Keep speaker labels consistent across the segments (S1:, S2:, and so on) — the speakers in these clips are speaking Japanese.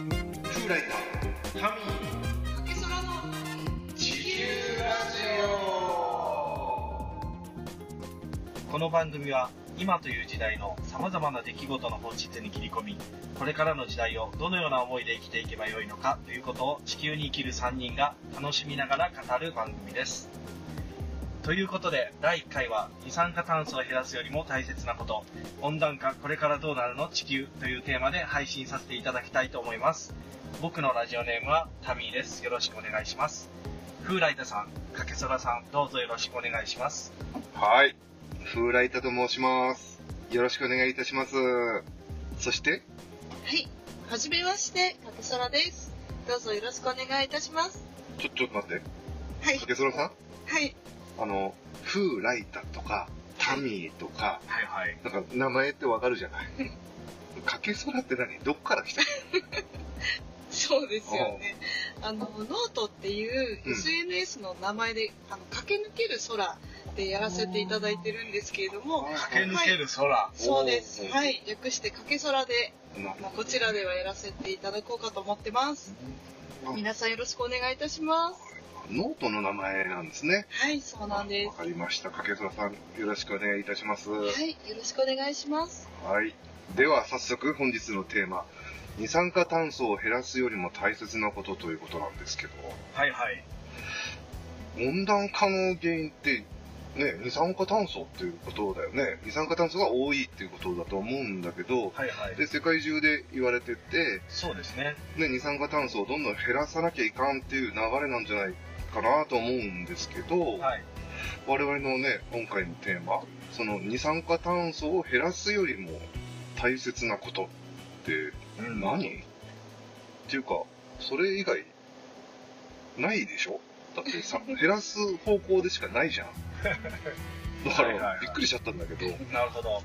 S1: ーライターハミー
S2: けそらの
S1: 地球ラジオこの番組は今という時代のさまざまな出来事の本質に切り込みこれからの時代をどのような思いで生きていけばよいのかということを地球に生きる3人が楽しみながら語る番組ですということで第1回は二酸化炭素を減らすよりも大切なこと温暖化これからどうなるの地球というテーマで配信させていただきたいと思います僕のラジオネームはタミーですよろしくお願いします風来太さんかけそらさんどうぞよろしくお願いします
S3: はい。風来太と申します。よろしくお願いいたします。そして、
S2: はいはじめましてかけそらですどうぞよろしくお願いいたします
S3: ちょ、ちょっと待って。
S2: はい
S3: 竹園さん
S2: はい
S3: あの、風来太とか、タミーとか、
S1: はいはい
S3: なんか名前ってわかるじゃない かけそらって何どっから来た
S2: そうですよねあのノートっていう
S3: うん
S2: SNS の名前で、あの駆け抜ける空でやらせていただいてるんですけれど も
S1: 駆け抜ける空、
S2: そうです
S3: おー
S2: はい略してかけそらで
S3: な
S2: まあこちらではやらせていただこうかと思ってます
S3: うん
S2: 皆さんよろしくお願いいたします
S3: ノートの名前なんですね。
S2: はいそうなんで
S3: わかりました。かけそらさん、よろしくお願いいたします。
S2: すはいよろしくお願いします
S3: はい。では早速本日のテーマ、二酸化炭素を減らすよりも大切なことということなんですけど、
S1: はいはい
S3: 温暖化の原因って、ね、二酸化炭素っていうことだよね。二酸化炭素が多いっていうことだと思うんだけど、
S1: はいはい
S3: で、世界中で言われてて、
S1: そうですね
S3: ね、二酸化炭素をどんどん減らさなきゃいかんっていう流れなんじゃないかなと思うんですけど、
S1: はい
S3: 我々のね、今回のテーマ、その二酸化炭素を減らすよりも大切なことって
S1: うん
S3: 何、っていうか、それ以外、ないでしょだってさ、減らす方向でしかないじゃん。だか
S1: はいはいは
S3: ら
S1: い、
S3: びっくりしちゃったんだけど、うん、
S1: なるほど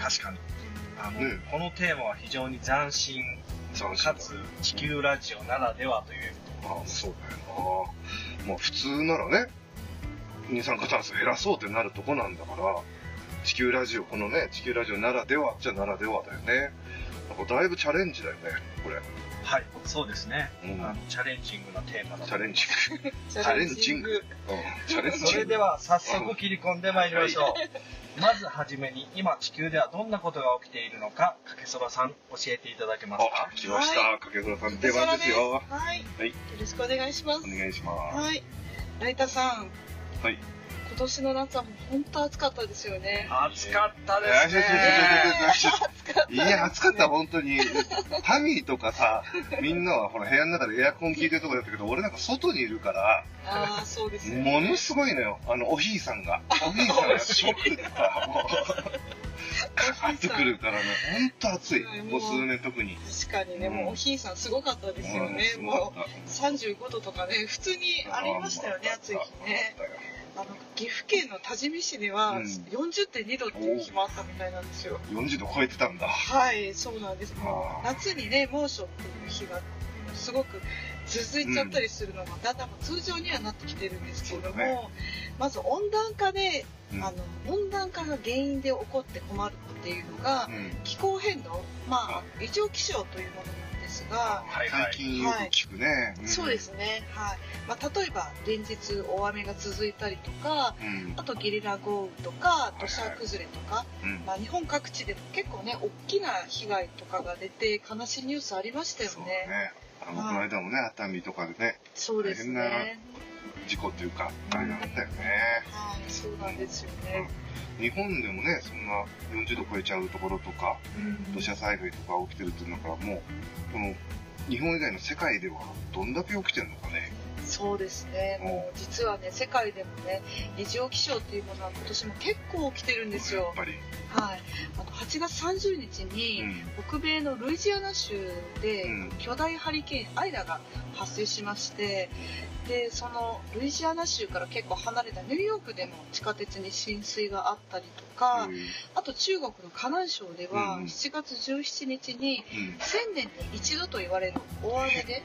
S1: 確かにあの、
S3: うん
S1: このテーマは非常に斬新
S3: 斬新
S1: か
S3: だ
S1: つ地球ラジオならではという
S3: あそうだよな。まあ、普通ならね、二酸化炭素減らそうってなるとこなんだから、地球ラジオ、このね、地球ラジオならではっちゃならではだよね。なんかだいぶチャレンジだよね、これ。
S1: はいそうですね、
S3: うん
S1: あのチャレンジングなテーマだ
S3: チャレンジング。
S2: チ
S3: ャレンジングうんチャレンジング。
S1: それでは早速切り込んでまいりましょうまずはじめに今地球ではどんなことが起きているのかかけそばさん教えていただけますか
S3: あ、来ました。掛倉さん、出番ですよ。
S2: はい、
S3: はい
S2: よろしくお願いしま
S3: お
S2: す
S3: 願いします。
S2: はいライタさん
S3: はい。
S2: 今年の夏はもう本当暑かったですよね
S1: 暑かった
S3: い
S1: で
S3: や
S1: す
S3: ちょ
S1: ね
S3: ちょちょちょちょちょいや、暑かった、本当に。ハミーとかさ、みんなはほら部屋の中でエアコン効いてるとこだったけど、俺なんか外にいるから、
S2: ああそうですね
S3: ものすごいのよ。あの、おひいさんが。おひいさんがショックだから、もう。かってくるからね、ほんと暑い。ここ数年特に。
S2: 確かにね、
S3: うん
S2: もうおひいさんすごかったですよ
S3: うん
S2: ね、
S3: すごか
S2: も
S3: った
S2: う35度とかね普通にありましたよね暑い日ね。あの岐阜県の多治見市では
S3: うん
S2: 40.2度っていう日もあったみたいなんですよ、
S3: 40度超えてたんだ。
S2: はいそうなんですも
S3: あ
S2: う
S3: ー
S2: 夏にね猛暑っていう日がすごく続いちゃったりするのがだんだん通常にはなってきてるんですけれども、
S3: そうだね
S2: まず温暖化で、
S3: うん
S2: あの温暖化が原因で起こって困るっていうのが、
S3: うん
S2: 気候変動まあ異常気象というものなんですが、
S1: はいは
S3: 最
S1: い
S3: 近よく聞くね。ん
S2: そうで。すねはい、まあ、例えば連日大雨が続いたりとか
S3: うん
S2: あ。とゲリラ豪雨とか
S3: い
S2: 土砂崩れとか、
S3: うん
S2: まあ、日本各地でも結構ね大きな被害とかが出て悲しいニュースありましたよ
S3: そう
S2: ね。
S3: ね。あの、この間もね、熱海とかでね、
S2: そうです
S3: 大変
S2: ね。
S3: 事故っていうか、あれがあったよね。
S2: はい、そうなんですよね。
S3: 日本でもね、そんな40度超えちゃうところとか、土砂災害とか起きてるっていうのから、もう、この、日本以外の世界ではどんだけ起きてるのかね。
S2: そうですね。もう実はね世界でもね異常気象っていうものは今年も結構起きてるんです
S3: や
S2: よ
S3: っ。ぱり。
S2: はい。あの8月30日に、
S3: うん。
S2: 北米のルイジアナ州で
S3: うん
S2: 巨大ハリケーンアイラが発生しましてでそのルイジアナ州から結構離れたニューヨークでも地下鉄に浸水があったりとか
S3: うん
S2: あと中国の河南省では
S3: うんうん
S2: 7月17日に
S3: うん
S2: 1000年に一度と言われる大雨で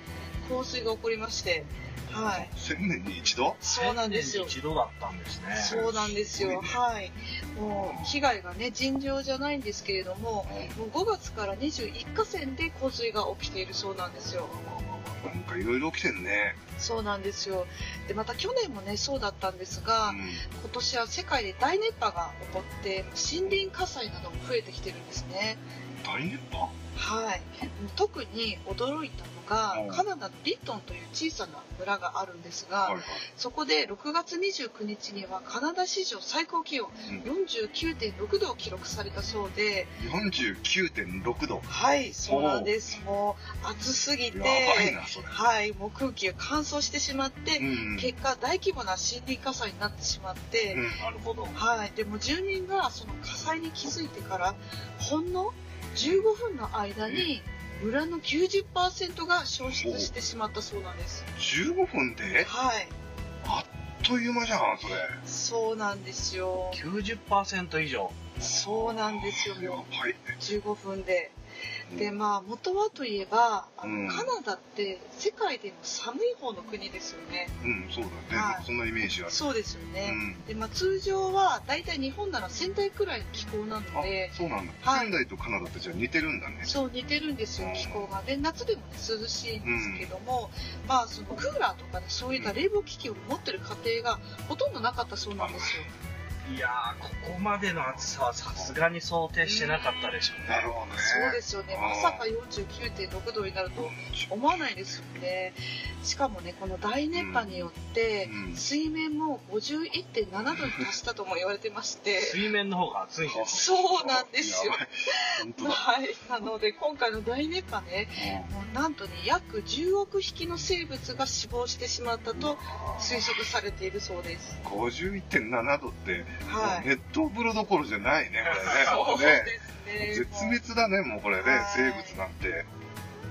S2: 洪水が起こりましてはい
S3: 1000年に一度
S2: そうなんですよ
S1: 1000年に一度だったんですね。
S2: そうなんですよ、
S3: す
S2: はいもう被害がね尋常じゃないんですけれどももう5月から21河川で洪水が起きているそうなんですよ
S3: なんかいろいろ起きてんね。
S2: そうなんですよでまた去年もねそうだったんですが、
S3: うん
S2: 今年は世界で大熱波が起こって森林火災なども増えてきてるんですね
S3: 大熱波
S2: はい特に驚いたの
S3: うん
S2: がカナダのリットンという小さな村があるんですが、
S3: はいはい。
S2: そこで6月29日にはカナダ史上最高気温
S3: うん
S2: 49.6度を記録されたそうで
S3: 49.6度。
S2: はいそうなんですもう暑すぎて
S3: やばいな、それ。
S2: はいもう空気が乾燥してしまって、
S3: うん。
S2: 結果大規模な森林火災になってしまって、
S3: うん
S1: なるほど。
S2: はい、でも住民がその火災に気づいてからほんの15分の間に村の90%が消失してしまったそうなんです。
S3: 15分で
S2: はい、
S3: という間じゃん、それ。
S2: そうなんですよ。
S1: 90%以上。
S2: そうなんですよ。
S3: やば
S2: も
S3: い。
S2: う15分で。で、
S3: うん
S2: まあ元はといえば、あの
S3: うん
S2: カナダって世界でも寒い方の国ですよね。
S3: うん、そうだね。な
S2: はい
S3: んかそんなイメージある。
S2: そうですよ
S3: う
S2: ね。
S3: ん。
S2: で、まあ通常はだいたい日本なら仙台くらいの気候なの
S3: あ
S2: で、、
S3: そうなんだ。
S2: はい
S3: 仙台とカナダってじゃあ似てるんだね。
S2: そう似てるんですよ
S3: うん
S2: 気候がで夏でも、ね、涼しいんですけども、まあそのクーラーとか、ね、そういった冷房機器を持ってる家庭がほとんどなかったそうなんですよ
S1: いやー、ここまでの暑さはさすがに想定してなかったでしょう
S3: な
S1: ね
S3: る。ほどね。
S2: そうですよね
S3: あー
S2: まさか49.6度になると思わないですよねしかもねこの大熱波によって
S3: うん
S2: 水面も51.7度に達したとも言われてまして
S1: 水面の方が暑いんです。
S2: そうなんですよ
S3: やばい。本当だ。
S2: はいなので今回の大熱波ねもうなんとね約10億匹の生物が死亡してしまったと推測されているそうです。
S3: 51.7度って、
S2: はい。
S3: 熱湯風呂どころじゃないね、
S2: そ
S3: こ
S2: う
S3: れね。
S2: で
S3: 絶
S2: すね。
S3: 滅だね、もうこれね
S2: はい、
S3: 生物なんて。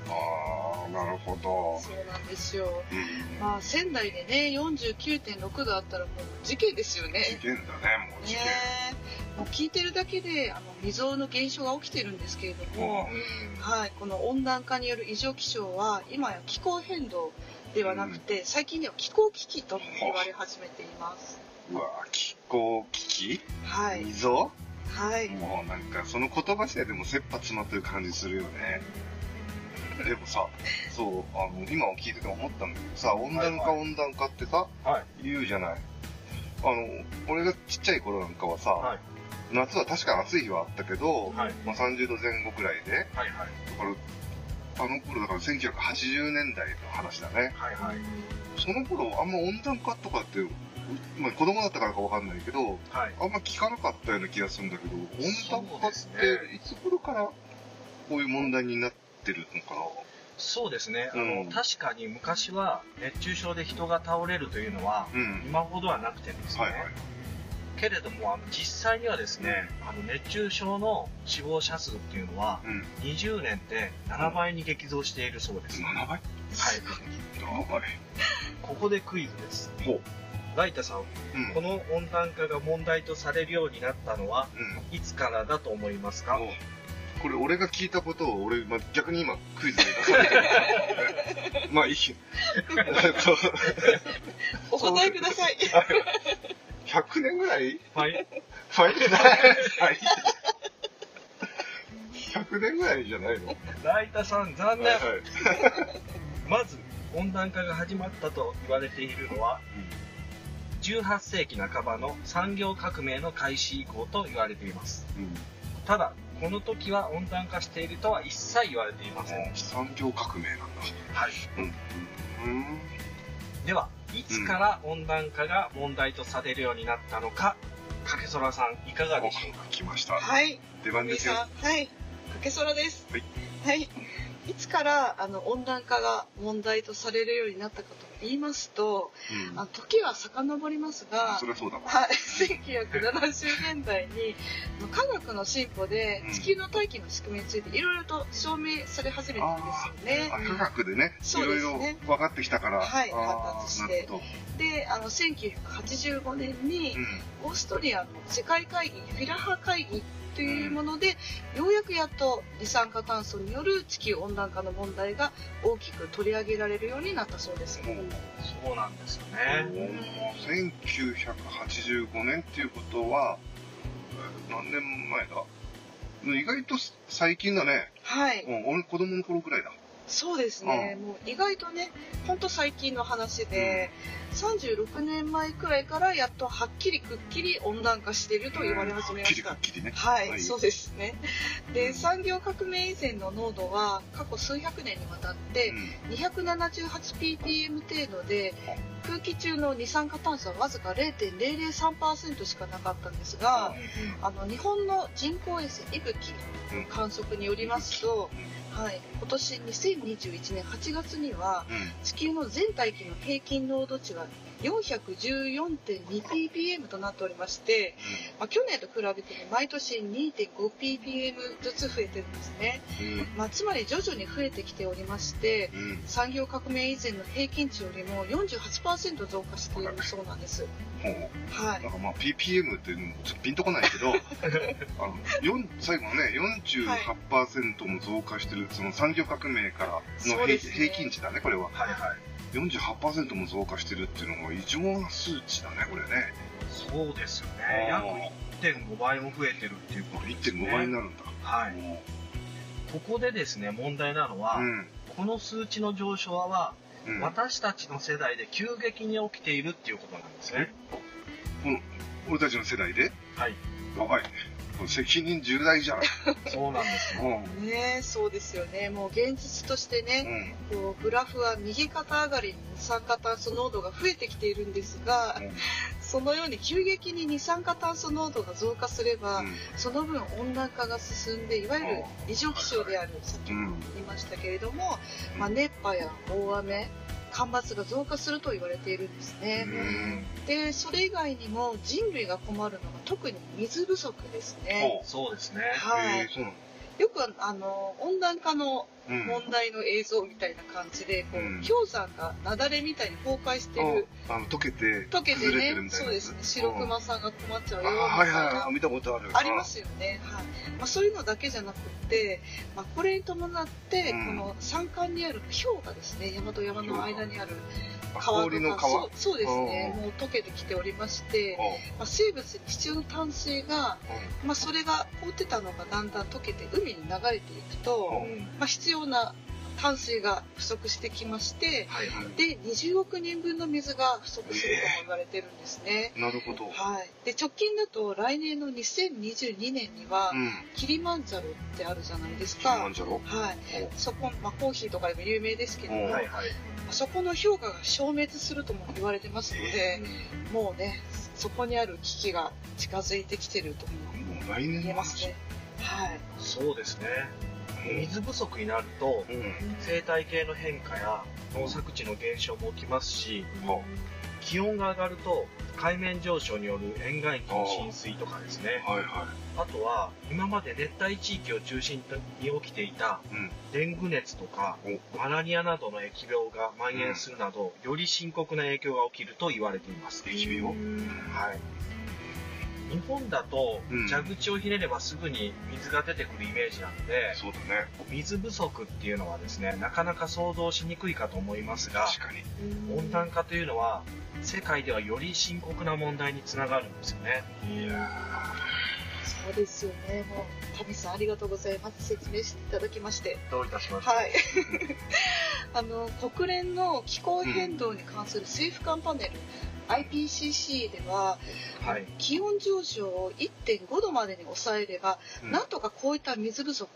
S3: ああ、なるほど。
S2: そうなんですよ。
S3: うん
S2: まあ仙台でね49.6度あったらもう事件ですよ
S3: 事
S2: ね。
S3: 件だね、もう事件。
S2: ねえもう聞いてるだけであの未曾有の現象が起きてるんですけれども、
S3: うん
S2: はいこの温暖化による異常気象は今や気候変動ではなくて、最近では気候危機とも言われ始めています。
S3: うわ気候危機
S2: はい
S3: 溝
S2: はい。
S3: もうなんかその言葉自体でも切羽詰まってる感じするよねでもさそうあの今を聞いてて思ったんだけどさ温暖化
S1: は
S3: 温暖化ってさ
S1: はい。
S3: 言うじゃないあの俺がちっちゃい頃なんかはさ、
S1: はい。
S3: 夏は確かに暑い日はあったけど、
S1: はい。
S3: まあ、30度前後くらいでだ
S1: はい。はい。
S3: からあの頃だから1980年代の話だね
S1: はい。はい。
S3: その頃あんま温暖化とかって、まあ、子供だったからかわかんないけど
S1: はい。
S3: あんま聞かなかったような気がするんだけど、温暖化っ
S1: そうです
S3: ていつ頃からこういう問題になってるのか
S1: そうですね。あ
S3: う
S1: の、
S3: ん
S1: 確かに昔は熱中症で人が倒れるというのは、
S3: なうん。
S1: 今ほどはなくてですね、
S3: はいはい。
S1: けれどもあの実際にはですね、あの熱中症の死亡者数っていうのは
S3: うん。
S1: 20年で7倍に激増しているそうです、はい
S3: 7倍7倍。
S1: ここでクイズです
S3: ほう。
S1: ライタさん
S3: うん。
S1: この温暖化が問題とされるようになったのは
S3: うん。
S1: いつからだと思いますか
S3: もうこれ俺が聞いたことを俺、ま、逆に今クイズで言った まあいい。 えっと、
S2: お答えください。
S3: 100年ぐらい
S1: はい
S3: はい。100年ぐらいじゃないの
S1: ライタさん残
S3: は
S1: 念
S3: いはい
S1: まず温暖化が始まったと言われているのは18世紀半ばの産業革命の開始以降と言われています
S3: うん。うん
S1: ただこの時は温暖化しているとは一切言われていません、
S3: 産業革命なんだ。
S1: はい、
S3: うん。うん。
S1: ではいつから温暖化が問題とされるようになったのかかけそらさんいかがでしょうか
S3: 来ました。
S2: はい。
S3: 出番
S2: み
S3: ですよ。
S2: さん、はい、かけそらです。
S3: はい。
S2: はい。いつからあの温暖化が問題とされるようになったかと言いますと、
S3: うん
S2: あ時は遡りますが
S3: そ、りゃそうだわ。
S2: はい、1970年代にあの科学の進歩で
S3: うん
S2: 地球の大気の仕組みについていろいろと証明され始めたんですよ
S3: あ科
S2: ね。
S3: 学でね、い
S2: そう
S3: ろ
S2: で
S3: い
S2: すね
S3: ろ分かってきたから。
S2: はい
S3: あー
S2: 発達し
S3: な
S2: て
S3: るほど。
S2: で、あの1985年に
S3: うん。
S2: オーストリアの世界会議フィラハ会議というものでようやくやっと二酸化炭素による地球温暖暖化の問題が大きく取り上げられるようになったそうです。
S1: そうなんですよね。
S3: 1985年っていうことは、えー何年前だ意外と最近だね。
S2: はい、
S3: うん、俺子供の頃くらいだ。
S2: そうですね、もう意外とね、ほんと最近の話で、36年前くらいからやっとはっきりくっきり温暖化していると言われ始めま
S3: キ
S2: し
S3: リ
S2: た
S3: ッ。キリね。
S2: はい、
S3: はい
S2: そうですね。で、産業革命以前の濃度は過去数百年にわたって
S3: うん
S2: 278ppm 程度で空気中の二酸化炭素はわずか0.003%しかなかったんですが、あの日本の人工衛星イブキ
S3: うん
S2: 観測によりますと、はい、今年2021年8月には
S3: う
S2: 地球の全大気の平均濃度値が 414.2ppm となっておりまして、まあ、去年と比べて、ね、毎年 2.5ppm ずつ増えてるんですね、
S3: ん
S2: まあ、つまり徐々に増えてきておりまして
S3: うんうん
S2: 産業革命以前の平均値よりも48%増加しているそうなんです、
S3: ほう
S2: はい
S3: なんかまあ PPM っていうのもちょっとピンとこないけどあ のよん最後のね48%も増加してる、その産業革命からの
S2: そ
S3: 平,、
S2: うですね
S3: 平均値だねこれは
S1: はいはい。
S3: 48%も増加してるっていうのが異常な数値だねこれね
S1: そうですよね。
S3: あ
S1: 約1.5倍も増えてるっていうことですね。
S3: 1.5倍になるんだ、
S1: はい。ここでですね、問題なのは、
S3: うん
S1: この数値の上昇は、
S3: うん、
S1: 私たちの世代で急激に起きているっていうことなんですね。
S3: 俺たちの世代で
S1: はい。
S3: やばいねこれ責任重大じゃん、
S1: そうなんですよ。
S3: うん
S2: ねえそうですよねもう現実としてね、
S3: うん
S2: こうグラフは右肩上がりに二酸化炭素濃度が増えてきているんですが
S3: うん
S2: そのように急激に二酸化炭素濃度が増加すれば、その分温暖化が進んでいわゆる異常気象であるさっき
S3: う
S2: も
S3: んうん
S2: 言いましたけれども、
S3: うん
S2: まあ、熱波や大雨干ばつが増加すると言われているんですね、
S3: うん
S2: でそれ以外にも人類が困るのが特に水不足ですね、
S3: ほ
S1: そうですね。
S3: う
S2: は
S3: へえ
S2: い、
S3: そうなの
S2: よくあの温暖化の
S3: うん
S2: 問題の映像みたいな感じで、こう
S3: うん
S2: 氷山が雪崩みたいに崩壊してる、
S3: ああの溶けて
S2: 溶けて
S3: 崩れてる
S2: ね、
S3: みたいな
S2: そうですね、白熊さんが困っちゃうよう
S3: あ
S2: な、
S3: はいはいはい見たことある
S2: ありますよね、はいまあ、そういうのだけじゃなくて、まあ、これに伴って、
S3: うん
S2: この山間にある氷河ですね山と山の間にある
S3: あ
S2: 川とか
S3: 氷の川
S2: そうそうですね
S3: うん
S2: もう溶けてきておりまして、まあ、生物に必要な淡水が、まあ、それが凍ってたのがだんだん溶けて海に流れていくと、
S3: うん
S1: うん
S2: まあ、必要な淡水が不足してきまして
S1: はいはい。
S2: で20億人分の水が不足するとも言われてるんですね。
S3: なるほど、
S2: はい、で直近だと来年の2022年には、
S3: うん
S2: キリマンジャロってあるじゃないです
S3: そうな
S2: か
S3: ん。じゃろ
S2: はい、そこ、まあ、コーヒーとかでも有名ですけど
S3: うん
S2: も、
S1: は
S2: あ
S1: いはい。
S2: そこの氷河が消滅するとも言われてますので、もうね、そこにある危機が近づいてきてるとも
S3: もう来年
S2: 言え
S3: の
S2: ます
S3: 話
S2: ね。はい、
S1: そうですね。水不足になると、
S3: うんうん
S1: 生態系の変化や農作地の減少も起きますし、
S3: あ
S1: 気温が上がると海面上昇による沿岸域の浸水とかですね
S3: はいは
S1: あとは今まで熱帯地域を中心に起きていた
S3: いうん
S1: デング熱とかマラリアなどの疫病が蔓延するなど、より深刻な影響が起きると言われています
S3: 疫病
S1: はい日本だと
S3: うん
S1: 蛇口をひねればすぐに水が出てくるイメージなので、
S3: そうだね
S1: 水不足っていうのはですねなかなか想像しにくいかと思いますが
S3: 確かに
S1: 温暖化というのは世界ではより深刻な問題につながるんですよね
S3: いや
S2: そうですよね。もう、タミさんありがとうございます。説明していただきまして。
S1: どういたしまして
S2: はい。 あの、国連の気候変動に関する政府間パネル、IPCC では、
S1: はい
S2: 気温上昇を1.5度までに抑えれば、
S3: うん
S2: なんとかこういった水不足、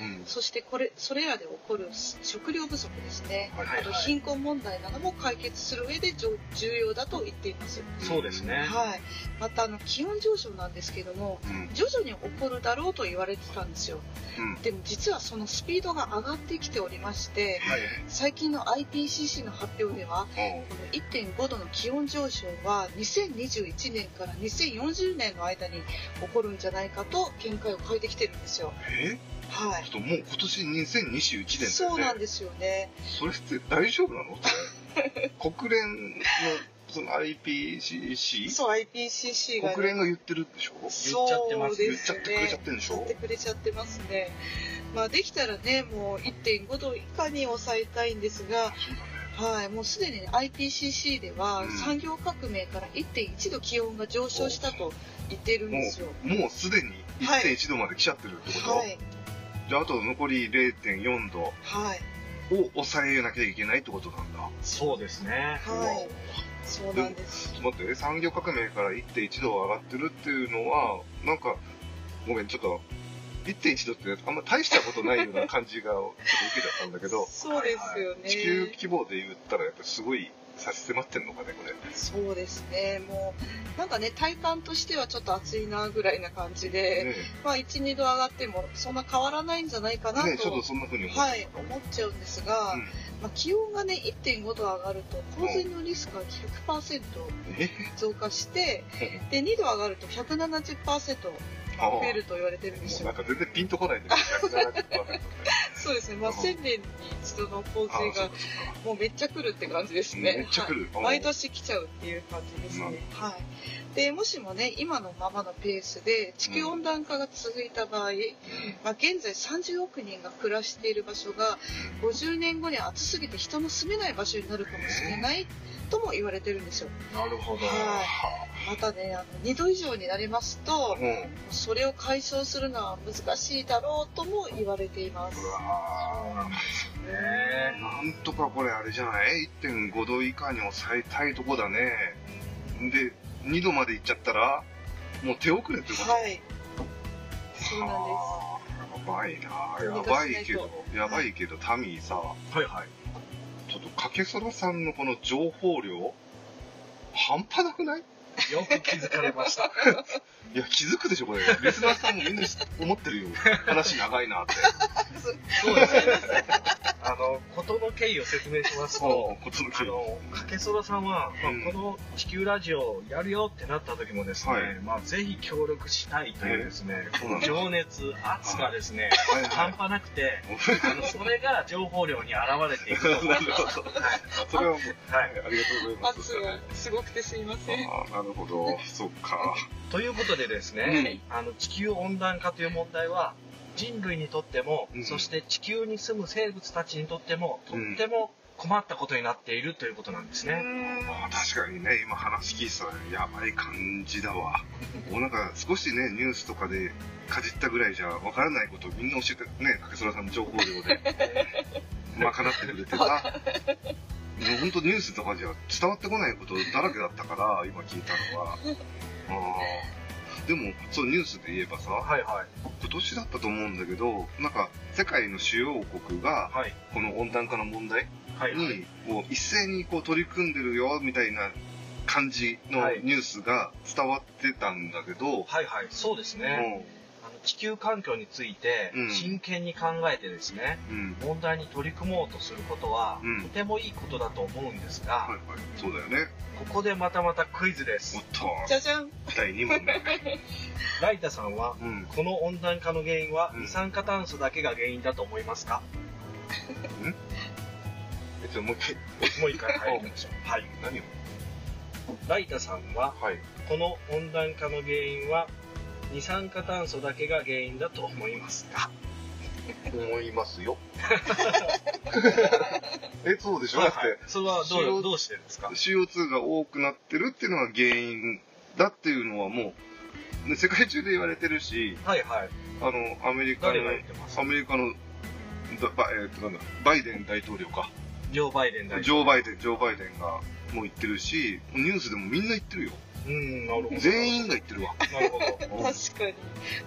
S3: うん
S2: そしてこれそれらで起こる食料不足ですね、
S3: はい
S1: はい
S2: あと貧困問題なども解決する上で重重要だと言っています。
S1: そうですね
S2: はい、またあの気温上昇なんですけども
S3: うん
S2: 徐々に起こるだろうと言われてたんですよ
S3: うん
S2: でも実はそのスピードが上がってきておりまして
S3: はい
S2: 最近の IPCC の発表では
S3: おう
S2: この1.5度の気温上昇は2021年から2040年の間に起こるんじゃないかと見解を変えてきてるんですよ。
S3: えちょ
S2: は
S3: っ
S2: い。
S3: ともう今年2021年だよね
S2: そうなんですよね。
S3: それって大丈夫なのそれ国連のその IPCC
S2: そう IPCC が、
S3: 国
S2: ね、
S3: 連が言ってるでしょ
S1: 言っちゃってます
S2: そう
S3: 言っ
S2: で
S3: ち
S2: す
S3: ゃっ
S2: ね。
S3: てくれちゃってるんでし
S2: 言っ
S3: ょ
S2: てくれちゃってますね。まあ、できたらね、もう1.5度以下に抑えたいんですが、はい、もうすでに IPCC では
S3: うん
S2: 産業革命から1.1度気温が上昇したと言ってるんですよ。
S3: もうすでに
S2: はい
S3: 1.1度まで来ちゃってるってこと、
S2: はい、
S3: じゃああと残り0.4度
S2: はい、
S3: を抑えなきゃいけないってことなんだ
S1: そうですね。
S2: はい、そうなんです。
S3: ちょっと待って産業革命から1.1度上がってるっていうのはなんかごめんちょっと1.1度ってあんま大したことないような感じがちょっと受けちゃったんだけど
S2: そうですよね。
S3: 地球規模で言ったらやっぱすごい差し迫ってんのかねこれ
S2: そうですね。もう、なんかね、体感としてはちょっと暑いなぐらいな感じで、
S3: ね
S2: まあ、1、2度上がっても、そんな変わらないんじゃないかなと、
S3: ねちょっとそんな風に思って
S2: はい、思っちゃうんですが、
S3: うん
S2: まあ、気温がね、1.5度上がると、洪水のリスクが100%
S3: え
S2: 増加して、で、2度上がると170%増
S3: ああも
S2: えると言われてるんです
S3: う
S2: よ
S3: なん。か全然ピンとこないんだけど170%と かね
S2: そうですね。まあ、1000年に一度の洪水
S3: ああそう
S2: が
S3: か、そうか
S2: もうめっちゃ来るって感じですね。
S3: めっちゃ来る、
S2: 毎年来ちゃうっていう感じですね
S3: なる。
S2: はい。で、もしもね、今のままのペースで地球温暖化が続いた場合、まあ、現在30億人が暮らしている場所が50年後には暑すぎて人の住めない場所になるかもしれないとも言われてるんですよ。
S1: なるほど。
S2: はまたね、あの2度以上になりますと、
S3: うんうん
S2: それを解消するのは難しいだろうとも言われています
S3: う。わ
S1: そうなんですね。
S3: ーなんとかこれあれじゃない ?1.5 度以下に抑えたいとこだね。で、2度まで行っちゃったら、もう手遅れってこと
S2: はい。そうなん
S3: で
S2: です。
S3: す。やばいな
S2: ど
S3: や
S2: うにか
S3: ば
S2: しない
S3: い
S2: と
S3: けど、やばいけど、タミーさ、
S1: はいはい。
S3: ちょっとかけそらさんのこの情報量、半端なくない
S1: よく気づかれま した。
S3: いや、気づくでしょ、これ。リスナーさんもみんな思ってるよ。話長いなって。
S1: そうですね。あの、事の経緯を説明しますと、
S3: こっちの
S1: あ
S3: 気分。
S1: の、かけそらさんは、まあ
S3: うん
S1: この地球ラジオをやるよってなった時もですね、
S3: はい
S1: まあ、ぜひ協力したいというですね、
S3: そうなんだ。
S1: 情熱、圧がですね、
S3: はい
S1: 半
S3: は
S1: 端なくて、
S3: い。
S1: あのそれが情報量に現れていくと。
S3: なるほど。それはもう、
S1: はい。
S3: ありがとうございます。
S2: 圧がすごくてすいません。
S3: ああ、なるほど。そっか。
S1: ということでですね、あの地球温暖化という問題は人類にとっても、
S3: うん
S1: そして地球に住む生物たちにとってもとっ
S3: うん
S1: ても困ったことになっているということなんですね。
S3: まあ確かにね、今話聞いてたらやばい感じだわ。もうなんか少しね、ニュースとかでかじったぐらいじゃわからないことをみんな教えて、ね、かけそらさんの情報量で賄ってくれてな。もう本当ニュースとかじゃ伝わってこないことだらけだったから、今聞いたのは。あーでも、そうニュースで言えばさ、
S1: はいはい
S3: 今年だったと思うんだけど、なんか世界の主要国が
S1: はい
S3: この温暖化の問題
S1: はいはい。
S3: にこう一斉にこう取り組んでるよみたいな感じの
S1: はい
S3: ニュースが伝わってたんだけど、
S1: はいはい、そうですね、あの地球環境について
S3: うん
S1: 真剣に考えてですね、
S3: うん、うん、
S1: 問題に取り組もうとすることは、
S3: うん
S1: とてもいいことだと思うんですが、
S3: はいはい、そうだよね。
S1: ここでまたまたクイズで
S3: おっ
S1: す。
S2: じ
S3: と、
S2: ゃじゃん。
S3: 第2問 ね。
S1: ライタさんは
S3: うん、
S1: この温暖化の原因は
S3: うん
S1: 二酸化炭素だけが原因だと思いま すか、
S3: えちょもう一回、
S1: もう一回入りましょう。はい。
S3: 何を
S1: ライタさんは、
S3: はい。
S1: この温暖化の原因は、二酸化炭素だけが原因だと思いますか
S3: 思います よ。え、そうでしょ、
S1: はい
S3: だっ
S1: はい
S3: て、
S1: それは
S3: それ
S1: ど
S3: を
S1: う、どうしてですか
S3: CO2 が多くなってるっていうのが原因だっていうのはもう、ね世界中で言われてるし、
S1: はいはい。
S3: あの、アメリカ
S1: 誰
S3: の
S1: が言ってます
S3: アメリカのだば、えーとなんだバイデン大統領か、
S1: ジョー・バイデン大
S3: ジョー・バイデン、ジョー・バイデンがもう言ってるし、ニュースでもみんな言ってるよ、
S1: デン。うん、なるほど。
S3: 全員が言ってるわ。
S1: なるほど。
S3: うん
S2: 確かに。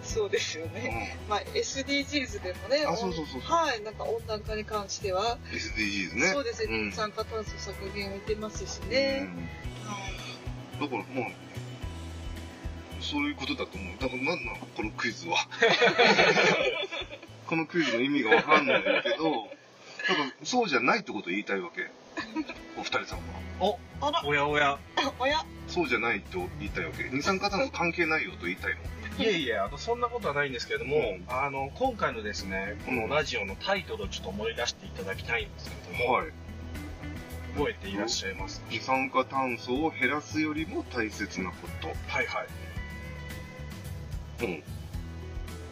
S2: そうですよね。まあ、SDGs でもね、
S3: あ、そうそうそうそう、
S2: はい、なんか温暖化に関しては、
S3: SDGs ね。
S2: そうですね、
S3: うん
S2: 二酸化炭素削減を言ってますし
S3: う
S2: ね。
S3: ん
S2: はい
S3: だから、まあ、そういうことだと思う。だから、なんなの、このクイズ は。このクイズの意味がわかんないけど、だから、そうじゃないってことを言いたいわけ。お二人さんは。
S2: あら、
S1: おやおや。
S2: おや、
S3: そうじゃないと言いたいわけ。二酸化炭素関係ないよと言いたいの。
S1: いえいえ、あの、そんなことはないんですけれども、
S3: うん
S1: あの、今回のですね、このラジオのタイトルをちょっと思い出していただきたいんですけれども、
S3: はい。
S1: 覚えていらっしゃいますか
S3: 二酸化炭素を減らすよりも大切なこ
S1: はいはい。
S3: と。うん。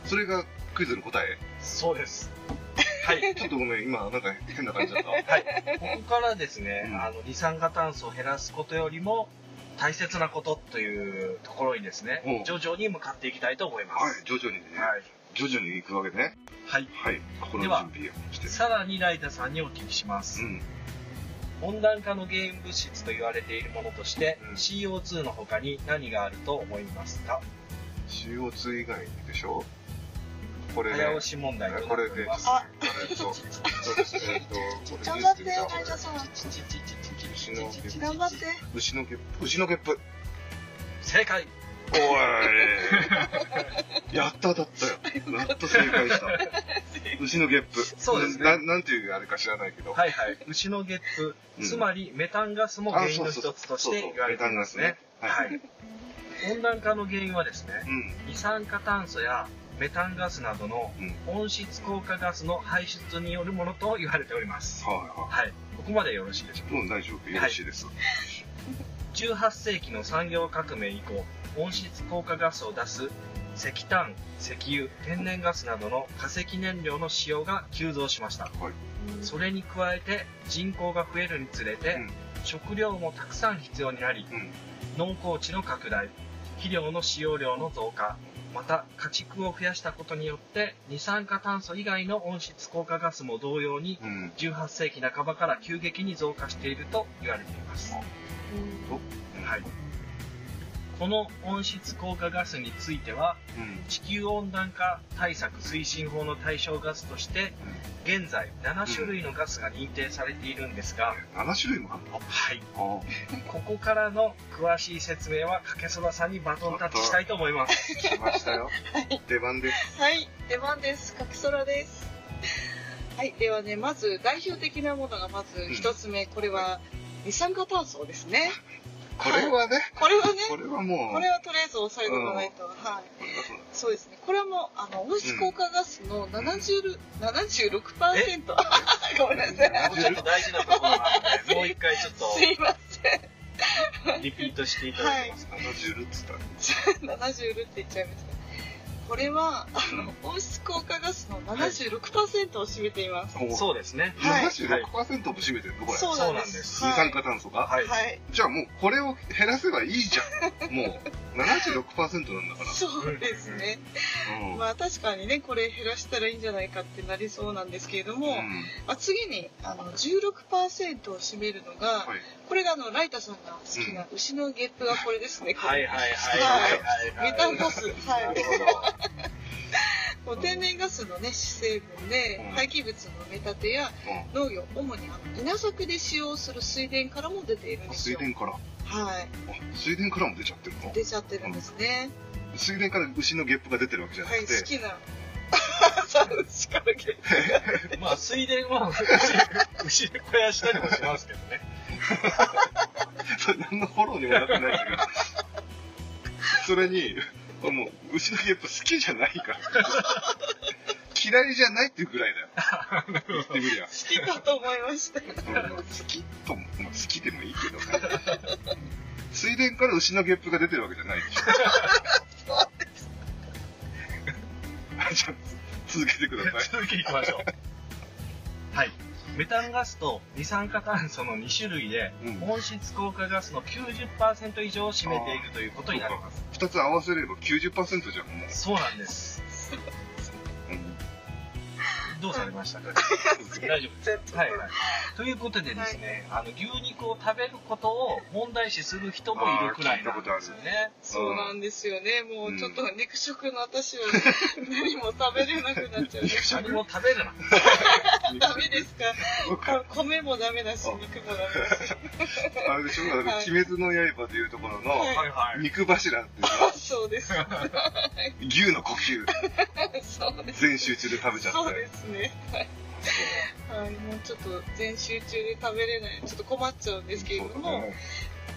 S3: それがクイズの答え。
S1: そうです。 はい。
S3: ちょっとごめん、今、なんか変な感じだ った。
S1: はい、ここからですね、
S3: うん
S1: あの二酸化炭素を減らすことよりも大切なことというところにです
S3: う
S1: ね
S3: ん
S1: 徐々に向かっていきたいと思いま
S3: はい
S1: す、、
S3: 徐々にね、
S1: はい
S3: 徐々に行くわけね。
S1: はい
S3: はい、心の準備をして。
S1: さらにライダーさんにお聞きします、
S3: うん、
S1: 温暖化の原因物質と言われているものとして、
S3: うん
S1: CO2 の他に何があると思いますか
S3: CO2 以外でしょこれね、
S1: 早押し問題とな
S3: こ
S1: って
S3: れ
S1: お
S3: で
S1: ります
S2: あ
S3: えっと、そうですね、えっと、これで
S2: 頑張
S3: す
S2: っ
S3: け
S2: て
S3: ど
S2: ライダーさん
S3: 牛のゲップ
S2: 頑張って
S3: 牛のゲップ、牛のゲップ。
S1: 正解
S3: おいやっただったよ。やっと正解した。牛のゲップ。
S1: そうですね
S3: ななんていうあれか知らないけど。
S1: はいはい牛のゲップ、
S3: うん
S1: つまりメタンガスも
S3: あ
S1: 原因の一つとして言われていますね。
S3: そうそうそうそうメタンガスねはい。
S1: はい温暖化の原因はですね
S3: うん。
S1: 二酸化炭素やメタンガスなどの
S3: うん
S1: 温室効果ガスの排出によるものと言われております、
S3: は
S1: はい、ここまでよろしいでしょ
S3: いはい。もう大丈夫。よろしいです。
S1: うか18世紀の産業革命以降温室効果ガスを出す石炭石油天然ガスなどの化石燃料の使用が急増しましたそれに加えて人口が増えるにつれて、
S3: うん
S1: 食料もたくさん必要になり
S3: うん。
S1: 農耕地の拡大肥料の使用量の増加また家畜を増やしたことによって二酸化炭素以外の温室効果ガスも同様に
S3: うん。
S1: 18世紀半ばから急激に増加していると言われています、はい、この温室効果ガスについては
S3: うん。
S1: 地球温暖化対策推進法の対象ガスとして現在7種類のガスが認定されているんですが、
S3: 7種類もあるの
S1: はい、
S3: あ
S1: ここからの詳しい説明はかけそばさんにバトンタッチしたいと思います
S3: あ、来ましたよ。出番です。
S2: はい、出番です。かきそらです。はい、ではね、まず代表的なものがまず一つ目、これは二酸化炭素ですね。
S3: これはね、
S2: これはね、
S3: これはもう、
S2: これはとりあえず押さえておかないと、はい。
S3: これはそうだ
S2: そうですね。これはもう、あの、温室効果ガスの70、76%。ごめ んなさい。
S1: もうちょっと大事なところなん で、もう一回ちょっ
S2: すい
S1: と
S2: ません。
S1: リピートしていただきます。
S3: 70ルッツだね。
S2: 70って言っちゃいました。これは、あの、温室効果ガスの76%を占めています。
S3: お
S1: そうですね。
S2: はい
S3: 76%も占めてるのこれ。
S2: そうな
S1: そう
S2: んで
S1: なんです
S2: す。
S3: 二酸化炭素が、
S1: はい。
S2: はい。
S3: じゃあもうこれを減らせばいいじゃん。もう76%なんだから。
S2: そうですね。
S3: うん。
S2: まあ確かにね、これ減らしたらいいんじゃないかってなりそうなんですけれども、
S3: うん
S2: まあ、次にあの16%を占めるのが、
S3: はい。
S2: これがあのライタさんが好きな牛のゲップがこれですね。これ
S1: はいはいはいはいはい。
S2: メタンガス、
S1: な
S2: は
S1: る
S2: い、
S1: ほど。
S2: こう天然ガスの、ね、主成分で
S3: うん
S2: 廃棄物の埋め立てや農業主にあの稲作で使用する水田からも出ているん
S3: うん、
S2: です
S3: 水
S2: よ、
S3: 田から。あ
S2: は
S3: 水田からも出ちゃってるの
S2: い、出ちゃってるんですね、
S3: 水田から牛のゲップが出てるわけじゃな
S2: はい、
S3: く
S2: 好
S3: て、
S2: きな そう牛からゲッ プ
S1: まあ水田は牛牛で肥やしたりもしますけど ね。
S3: それ何のフォローにもなってないんだ けど、それに、もう牛のゲップ好きじゃないから。嫌いじゃないっていうぐらいだよ。言ってみりゃ。
S2: 好きかと思いました
S3: うん好きとも、まあ、好きでもいいけどね。水田から牛のゲップが出てるわけじゃないでしょ。じゃあ続けてください。
S1: 続きいきましょう。はい。メタンガスと二酸化炭素の2種類で、
S3: うん
S1: 温室効果ガスの90%以上を占めているということになります。
S3: 二つ合わせれば90%じゃん、もう。
S1: そうなんです。どうされましたか大丈夫
S2: ちょっと
S1: はいはい、ということでですね、あの牛肉を食べることを問題視する人もいるくらいなんですよね。
S2: そうなんですよね。もうちょっと肉食の私は 何も食べれなくなっちゃう。
S3: 聞いたことある
S1: 何も食べるな。
S2: ダメですか
S3: 僕
S2: あ米もダメだし、肉もダメだし。
S3: あれでしょ、だから
S2: はい
S3: 鬼滅の刃でいうところの
S2: はい
S1: は。
S3: 肉柱っていうの
S2: あ
S3: は
S2: そ うです。
S3: 牛の呼吸、
S2: そうです。
S3: 全集中で食べちゃって。
S2: そうですね。はい、もうちょっと全集中で食べれない、ちょっと困っちゃうんですけれど
S3: そうだ
S2: も、
S3: ね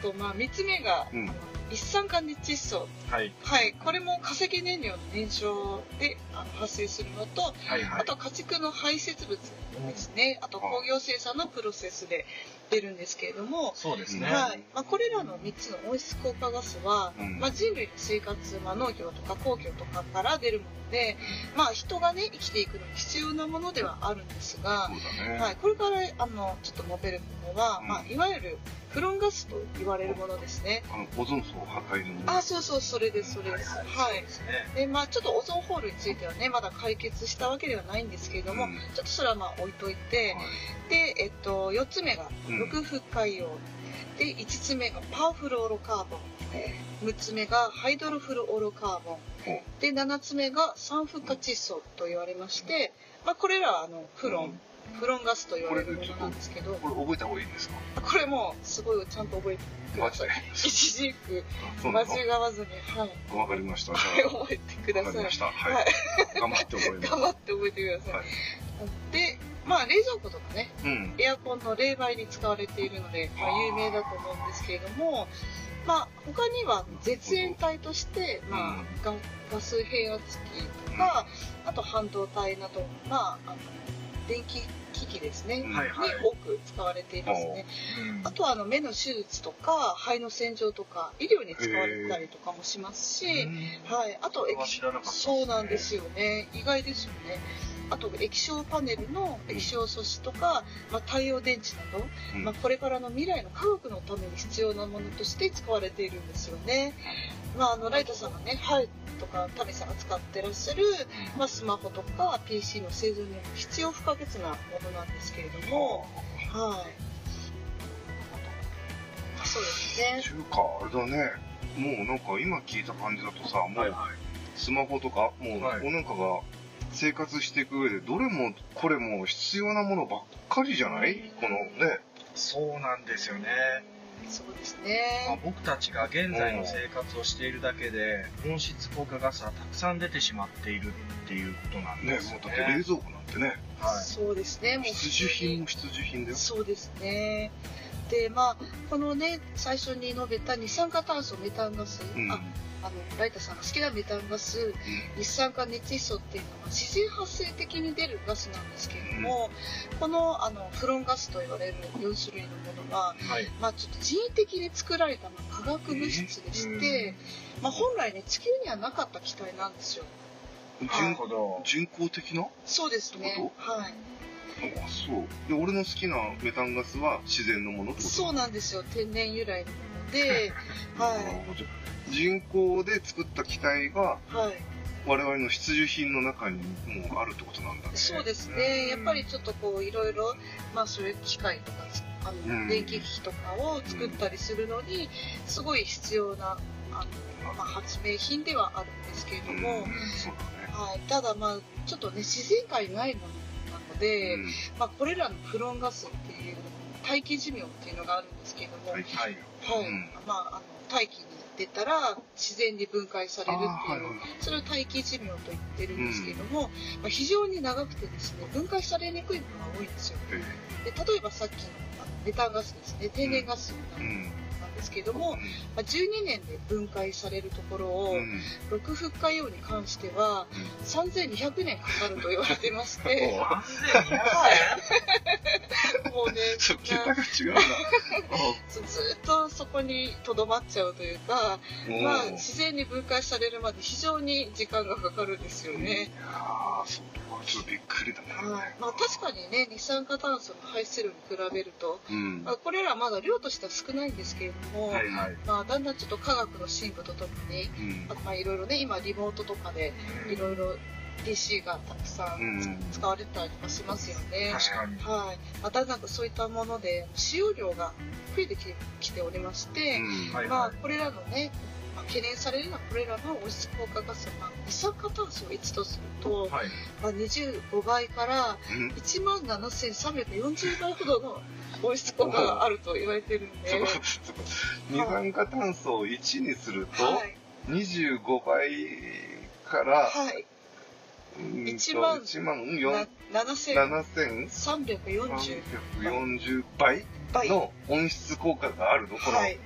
S2: と、まあ、3つ目が、
S3: うん
S2: 一酸化熱窒素。
S1: はい
S2: はい。これも化石燃料の燃焼であの発生するのと、
S1: はいは
S2: あ
S1: い
S2: と家畜の排泄物ですね。あと工業生産のプロセスで出るんですけれども、
S1: そうですね、
S2: はいまあ、これらの3つの温室効果ガスは、
S3: うん
S2: まあ、人類の生活、まあ、農業とか工業とかから出るもので、まあ、人がね生きていくのに必要なものではあるんですが、
S3: そうだね。
S2: はい、これからあのちょっと述べるものは、
S3: うん
S2: まあ、いわゆるフロンガスと言われるものですね。
S3: あの、オゾン層破壊のね。
S2: あそうそうそれですそれです。
S1: は
S2: はい
S1: そ
S2: い、
S1: うですね
S2: でまあ、ちょっとオゾンホールについてはねまだ解決したわけではないんですけれども、
S3: うん
S2: ちょっとそれはまあ置いといて、
S3: はい
S2: で、えっと、4つ目が
S3: うん
S2: 六不海洋、で5つ目がパーフルオロカーボン6つ目がハイドロフルオロカーボン
S3: ほう
S2: で7つ目が酸化窒素と言われまして、まあ、これらはあのフロン、フロンガスと言われるものなんですけど
S3: これ覚えた方がいいんですか
S2: これもすごいちゃんと覚えてく
S3: マ
S2: だ
S3: ジ
S2: さ
S3: で
S2: い。一字一句
S3: そうな
S2: 間
S3: の
S2: 違わずに、はい、
S3: わかりました。じ
S2: これ覚えてく
S3: ゃあ、
S2: だ
S3: わか
S2: さ
S3: り
S2: い
S3: ました。はい
S2: はい。
S3: 頑張って覚えます
S2: 頑。張って覚えてください、
S3: はい
S2: でまあ冷蔵庫とかね
S3: うん。
S2: エアコンの冷媒に使われているので、まあ、有名だと思うんですけれども、まあ、他には絶縁体として、まあ、ガガス変圧器とかあと半導体など、まあ、あの電気機器ですね、
S3: うん
S1: はい
S2: に
S1: はい、
S2: 多く使われていますね
S1: うん
S2: あとはあの目の手術とか肺の洗浄とか医療に使われたりとかもしますし、はい、あと
S1: これ
S2: 液
S1: は知らなかったですね
S2: そうなんですよね。意外ですよね。あと液晶パネルの液晶素子とか、まあ、太陽電池など、
S3: うん
S2: まあ、これからの未来の科学のために必要なものとして使われているんですよね。まあ、あのライトさんがね、はいとかタミさんが使ってらっしゃる、まあ、スマホとか PC の製造にも必要不可欠なものなんですけれども、はい、そうですね。
S3: 中華あれだね。もうなんか今聞いた感じだとさ、も
S1: はいうはい
S3: スマホとか、もう
S1: はい
S3: おなんかが生活していく上で、どれもこれも必要なものばっかりじゃないこのね。
S1: そうなんですよね、
S2: そうです
S1: まあ
S2: ね。
S1: 僕たちが現在の生活をしているだけで温室効果ガスはたくさん出てしまっているっていうことなん
S3: ね、
S1: です
S3: も
S1: よ
S3: う
S1: ね
S3: だって冷蔵庫なんてね、
S1: はい
S2: そうですね。もう
S3: 必需品も必需品だよ。
S2: そうですね。で、まあ、このね、最初に述べた二酸化炭素、メタンガス、
S3: うん。
S2: あ、あの、ライタさんが好きなメタンガス、一酸化熱窒素っていうのは自然発生的に出るガスなんですけれども、この、あの、フロンガスと言われる4種類のものは、
S1: はい
S2: まあ、ちょっと人為的に作られたまあ化学物質でして、まあ、本来ね、地球にはなかった気体なんですよ。
S1: なる
S3: 人
S1: ほど
S3: 人工的な
S2: そうですね
S3: ど。
S2: はい。
S3: あそうで俺の好きなメタンガスは自然のものってこと
S2: そうなんですよ。天然由来のもの で、は
S3: なるほど人工で作った機体が
S2: い。はい。
S3: 我々の必需品の中にもうあるってことなんだね
S2: そうです
S1: うん
S2: ね、やっぱりちょっとこういろいろ、まあ、そういう機械とかつあ
S3: う
S2: の、
S3: ん
S2: 電気機器とかを作ったりするのにすごい必要なあの、まあ、発明品ではあるんですけれど
S3: うん
S2: も、
S3: そう
S2: はい、ただまあちょっとね自然界にないものなの
S3: だ
S2: で、
S3: ね、
S2: まあ、これらのフロンガスっていう大気寿命っていうのがあるんですけれども、
S3: うん、は
S2: は
S3: いい
S1: はい
S3: うん
S2: まあ、あの大気に出たら自然に分解されるっていう。
S3: あーはいはい
S2: それを大気寿命と言ってるんですけれども、まあ、非常に長くてですね分解されにくいものが多いんですよ
S3: え
S2: で例えばさっきのあのメタンガスですね天然ガス
S3: えうん
S2: なんですけれども、まあ、12年で分解されるところを、
S3: うん
S2: 六福海洋に関して
S3: う
S2: は3200年かかると言われてまして
S3: おう
S1: 3200
S2: もうね
S3: そう
S2: みん
S3: 桁
S2: な
S3: が違 うな
S2: ずずっとそこにとどまっちゃうというか、
S3: お
S2: まあ、
S3: う
S2: 自然に分解されるまで非常に時間がかかるんですよね。
S3: いやーそうかちょっとびっくりだね、
S2: はいまあ、確かにね二酸化炭素の排出量に比べると、
S3: うん
S2: まあ、これらはまだ量としては少ないんですけれども、
S1: はいはい
S2: まあ、だんだんちょっと科学の進歩とともに
S3: うん
S2: あとまあいろいろね今リモートとかでいろいろ PC がたくさ
S3: うんん
S2: 使われたりもしますよね。
S1: 確かに
S2: はい、まあ、だんだんそういったもので使用量が増えてききておりまして、
S3: うん
S1: はい
S2: まあ、これらのね、まあ懸念されるのはこれらの温室効果ガスは二酸化炭素を1とすると、
S1: はい
S2: まあ、25倍から
S3: うん
S2: 1万7340倍ほどの温室効果があると言われてるん
S3: そ
S2: で
S3: うか、そうか二酸化炭素を1にすると、
S2: はい、
S3: 25倍から、
S2: はい、
S3: うんと
S2: 1万
S3: 1万
S2: な
S3: 4 7340
S2: 7340
S3: 倍
S2: 倍。
S3: の温室効果があるのこの
S2: はい、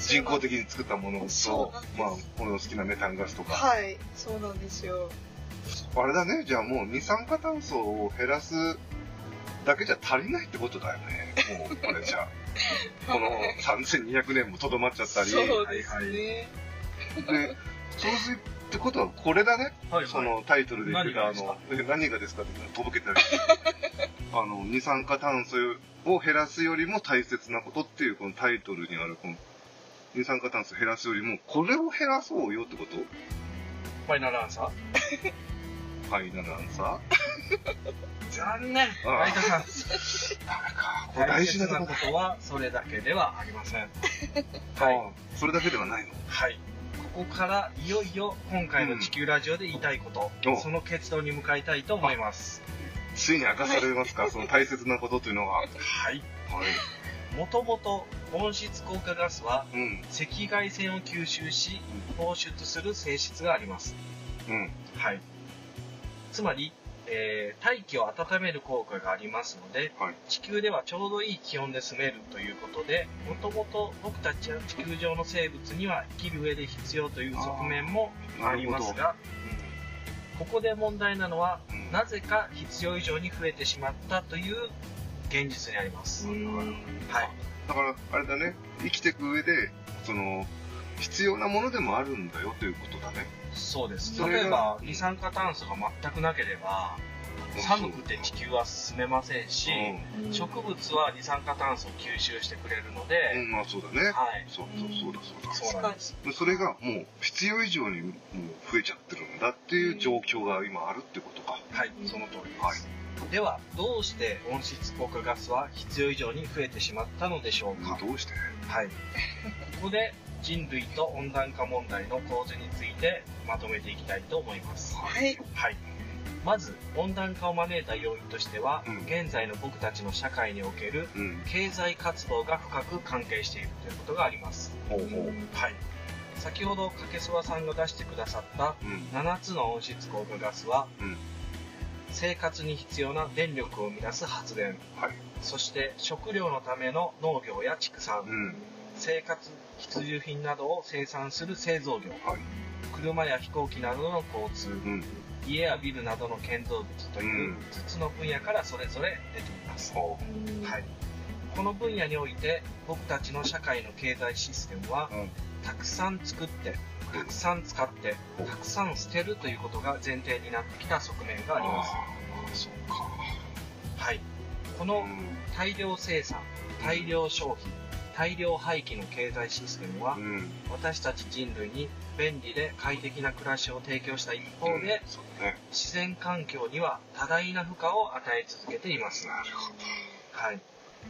S3: 人工的に作ったもの
S2: そ
S3: と
S2: うなんです、
S3: まあ、俺の好きなメタンガスとか、
S2: はいそうなんですよ
S3: あれだね、じゃあもう二酸化炭素を減らすだけじゃ足りないってことだよね。もう、これじ ゃあ。この
S2: はい
S3: 3200年もとどまっちゃったり。
S2: そうですね、
S3: で、総水ってことはこれだね。
S1: はい
S3: そ
S1: はい
S3: のタイトルで言ってた、あ
S1: 何が
S3: の、え何がですかって言ったらとぼけて る。あの、二酸化炭素を減らすよりも大切なことっていう、このタイトルにある、この、二酸化炭素を減らすよりも、これを減らそうよってこと
S1: ファイナルアンサー
S3: ファイナルアンサー
S1: 残念
S3: ああ
S1: ライトさん
S3: あこれ
S1: 大
S3: 大事
S1: 切
S3: なとこ
S1: なこ
S3: だ。
S1: とはそれだけではありませんはい
S3: い。それだけではないの。
S1: はいここからいよいよ今回の地球ラジオで言いたいこと、
S3: うんお
S1: その決闘に向かいたいと思います
S3: ついに明かされますか、その大切なことというのが。はい。
S1: はいもともと温室効果ガスは
S3: うん。
S1: 赤外線を吸収し放出する性質があります
S3: うん。
S1: はいつまり、えー大気を温める効果がありますので
S3: はい。
S1: 地球ではちょうどいい気温で住めるということでもともと僕たちは地球上の生物には生きる上で必要という側面もありますがここで問題なのは
S3: うん
S1: なぜか必要以上に増えてしまったという現実にあります、
S2: うん
S1: はい
S3: だから、あれだね、生きていく上で、その、必要なものでもあるんだよということだね。
S1: そうです
S3: それが
S1: 例えば二酸化炭素が全くなければ寒くて地球は進めませんし、
S2: うん
S1: 植物は二酸化炭素を吸収してくれるので
S3: う、ん、うん、あ、そうだね。
S1: はい
S3: そうそう、そうだ、そうだ。
S1: そうなんです
S3: それがもう必要以上にもう増えちゃってるんだっていう状況が今あるってことか。
S1: はいその通りです、ではどうして温室効果ガスは必要以上に増えてしまったのでしょうか、
S3: どうして
S1: はい ここで人類と温暖化問題の構図についてまとめていきたいと思います
S2: はい
S1: はい、まず温暖化を招いた要因としては、
S3: うん
S1: 現在の僕たちの社会における
S3: うん。
S1: 経済活動が深く関係しているということがあります、
S3: ほうほう。
S1: はい、先ほど掛諏訪さんが出してくださった
S3: うん。
S1: 7つの温室効果ガスは、
S3: うん
S1: 生活に必要な電力を生み出す発電
S3: はい。
S1: そして食料のための農業や畜産、
S3: うん。
S1: 生活必需品などを生産する製造業、
S3: はい
S1: 車や飛行機などの交通、
S3: うん。
S1: 家やビルなどの建造物という
S3: うん
S1: 5つの分野からそれぞれ出ています、
S3: ほ
S2: うん
S1: はい、この分野において僕たちの社会の経済システムは
S3: う。うん。
S1: たくさん作ってたくさん使ってたくさん捨てるということが前提になってきた側面があります、
S3: あ、そうか。
S1: はい、こ
S3: う
S1: の
S3: ん。
S1: 大量生産大量消費大量廃棄の経済システムは
S3: うん。
S1: 私たち人類に便利で快適な暮らしを提供した一方で、
S3: うんそうだね。
S1: 自然環境には多大な負荷を与え続けています、
S3: なるほ
S1: はい、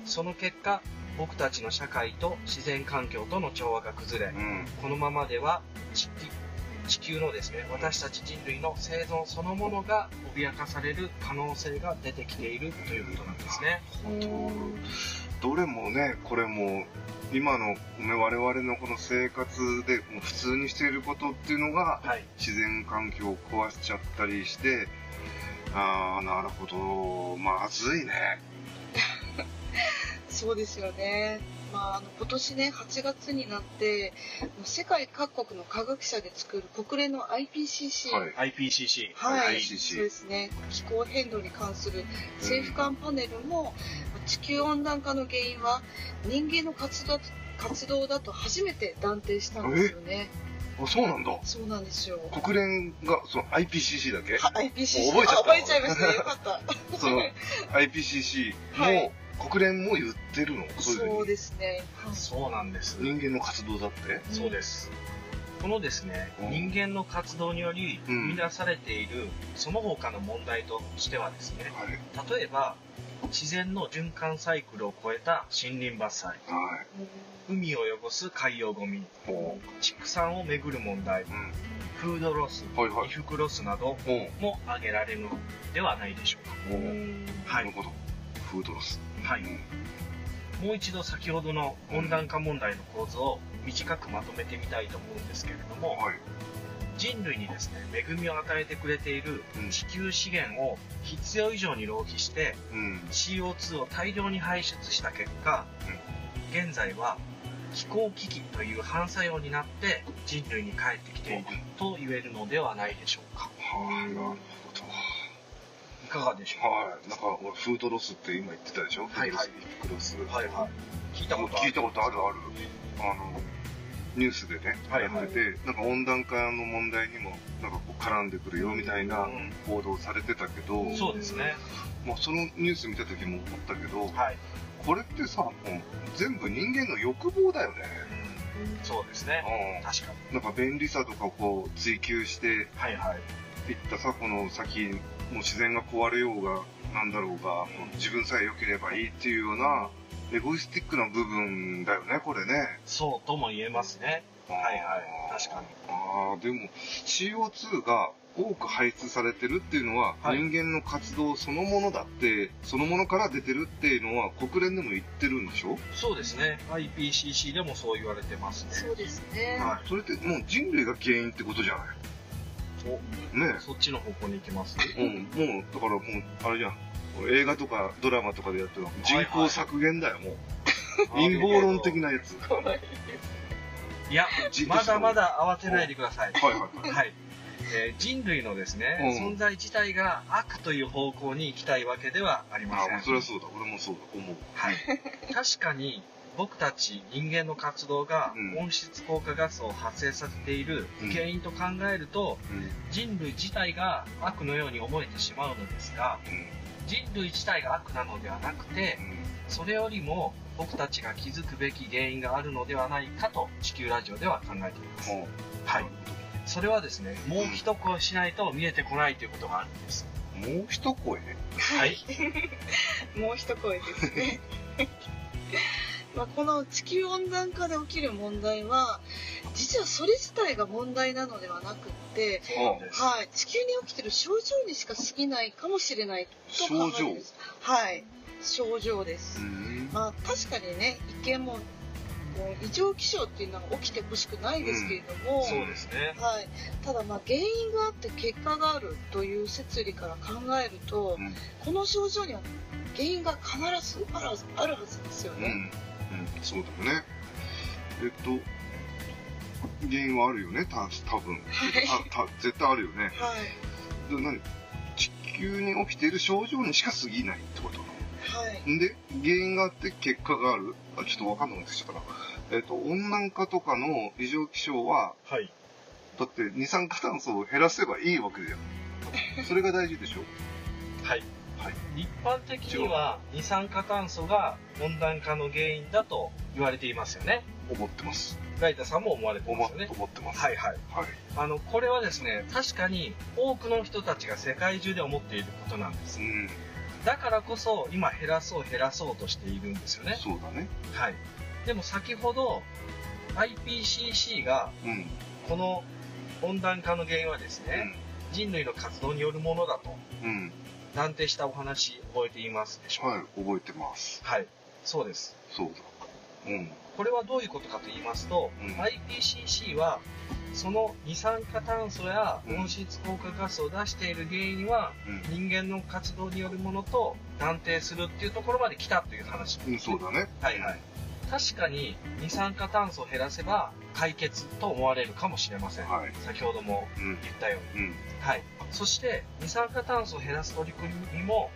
S1: その結果僕たちの社会と自然環境との調和が崩れ
S3: ど。うん。
S1: このままでは地地球のですね私たち人類の生存そのものが脅かされる可能性が出てきているということなんですね
S2: うん
S3: どれもね、これも、今の、ね、我々のこの生活でもう普通にしていることっていうのが、
S1: はい
S3: 自然環境を壊しちゃったりして、ああ、なるほど、まずいね。
S2: そうですよね。まあ、あの今年ね8月になって世界各国の科学者で作る国連の IPCC、
S3: はい。
S1: IPCC
S2: はい
S3: IPCC
S2: そうですね気候変動に関する政府間パネルも地球温暖化の原因は人間の活動活動だと初めて断定したんですよね。
S3: あ、そうなんだ。
S2: そうなんですよ。
S3: 国連が、その IPCC だっけ
S2: は IPCC
S3: もう
S2: あ
S3: 覚
S2: 覚
S3: え
S2: え
S3: ち
S2: ち
S3: ゃ
S2: ゃ
S3: っ
S2: い
S3: た
S2: ましたよかった。
S3: その IPCC も、
S2: はい
S3: 国連も言ってるの そういうふ
S2: そう
S3: うに
S2: ですね。はい
S1: そうなんです、
S3: 人間の活動だって。
S1: そうですこのですね
S3: うん
S1: 人間の活動により
S3: う
S1: 生
S3: ん
S1: み出されているその他の問題としてはですね
S3: はい。
S1: 例えば自然の循環サイクルを超えた森林伐採
S3: はい。
S1: 海を汚す海洋ゴミ
S3: ほ
S1: 畜産をめぐる問題
S3: う。うん。
S1: フードロス
S3: はいは
S1: 衣
S3: い。
S1: 服ロスなど
S3: ほう。
S1: も挙げられるのではないでしょうか
S3: ほ
S2: うんう
S3: う。
S2: ん
S1: はい
S3: なるほど。フードロス。
S1: はいもう一度先ほどの温暖化問題の構図を短くまとめてみたいと思うんですけれども、
S3: はい。
S1: 人類にですね恵みを与えてくれている
S3: うん
S1: 地球資源を必要以上に浪費して
S3: うん。
S1: CO2 を大量に排出した結果、現在は気候危機という反作用になって人類に帰ってきていると言えるのではないでしょうか
S3: はい、なるほ
S1: いかがでしょ
S3: ど。はい。なんか、俺フードロスって今言ってたでしょ
S1: はいはい
S3: フードロス。フードロ
S1: う
S3: ス。
S1: はいはい聞いたことあ
S3: 聞い
S1: る
S3: たことあるある。あの、ニュースでね、
S1: はい
S3: や
S1: はい
S3: ってて、なんか温暖化の問題にも、なんかこう絡んでくるよみたいな報道されてたけど、
S2: うん
S1: そうですね
S3: まあそのニュース見た時も思ったけど、
S1: はい、
S3: これってさ、もう全部人間の欲望だよね。
S1: うん、そうですね
S3: う
S1: 確かに
S3: ん。なんか便利さとかをこう追求して
S1: はいはい
S3: いったさ、この先、もう自然が壊れようが、なんだろうが、もう自分さえ良ければいいっていうような、エゴイスティックな部分だよね、これね。
S1: そうとも言えますねはいはい確かに
S3: あーでも CO2 が多く排出されてるっていうのは、
S1: はい
S3: 人間の活動そのものだってそのものから出てるっていうのは国連でも言ってるんでしょ、
S1: そうですね IPCC でもそう言われてます
S2: そう
S1: ね
S2: ですね。
S1: は
S3: それってもう人類が原因ってことじゃない
S1: お
S3: ね
S1: そっちの方向に行きます
S3: え、うん、もうだからもうあれじゃん映画とかドラマとかでやってるの人口削減だよ、もう 陰謀論的なやつ
S1: いや
S3: じ
S1: まだまだ慌てないでください
S3: はいはいはい
S1: はい、えー人類のですね、
S3: うん
S1: 存在自体が悪という方向に行きたいわけではありま
S3: あ
S1: せん
S3: ーそりゃそうだ俺もそうだ思う
S1: はい、確かに僕たち人間の活動が
S3: うん
S1: 温室効果ガスを発生させている
S3: うん
S1: 原因と考えると、
S3: うんうん
S1: 人類自体が悪のように思えてしまうのですが人類自体が悪なのではなくてそれよりも僕たちが気づくべき原因があるのではないかと地球ラジオでは考えています、
S3: うん
S1: はい、それはですねもう一声しないと見えてこないということがあるんです
S3: もう一声
S1: はい
S2: もう一声ですね。 まあこの地球温暖化で起きる問題は実はそれ自体が問題なのではなくって、
S1: そうなんです
S2: はい、地球に起きてる症状にしか過ぎないかもしれないと考
S3: 症
S2: え
S3: 状
S2: てますはい症状です、
S3: ん
S2: まあ確かにね一見もうもう異常気象っていうのは起きてほしくないですけれども、
S1: そうですね
S2: はい、ただまあ原因があって結果があるという説理から考えると、
S3: うん
S2: この症状には原因が必ずあるはずあるはずですよ
S3: うん、う
S2: ね。
S3: ん、そうだよね。えっと、原因はあるよね、た多分たた絶対あるよね。
S2: はい、
S3: で何地球に起きている症状にしか過ぎないってことな
S2: はい、
S3: の。んで、原因があって結果がある。あ、ちょっとわかんなくなってきちゃったな。えっと、温暖化とかの異常気象は、
S1: はい
S3: だって二酸化炭素を減らせばいいわけじゃん。それが大事でしょ。
S1: はい、
S3: はい
S1: 一般的には二酸化炭素が温暖化の原因だと言われていますよね
S3: 思ってます。
S1: ライタさんも思われてま
S3: 思っ
S1: すよね
S3: 思ってます。
S1: はいはい
S3: はい。
S1: あのこれはですね確かに多くの人たちが世界中で思っていることなんです
S3: うん、
S1: だからこそ今減らそう減らそうとしているんですよね
S3: そうだね。
S1: はいでも先ほど IPCC が
S3: うん。
S1: この温暖化の原因はですね、人類の活動によるものだと
S3: うん。うん。
S1: 断定したお話覚えていますでしょうか
S3: はい、覚えてます。
S1: はい、そうです
S3: そうだ。うん。
S1: これはどういうことかと言いますと、
S3: うん
S1: IPCC はその二酸化炭素や
S3: うん
S1: 温室効果ガスを出している原因は
S3: うん
S1: 人間の活動によるものと断定するっていうところまで来たという話
S3: うん、そうだね。
S1: はいはい。確かに二酸化炭素を減らせば解決と思われるかもしれません
S3: はい。
S1: 先ほども
S3: うん。
S1: 言ったように
S3: うん。
S1: はい、そして二酸化炭素を減らす取り組みも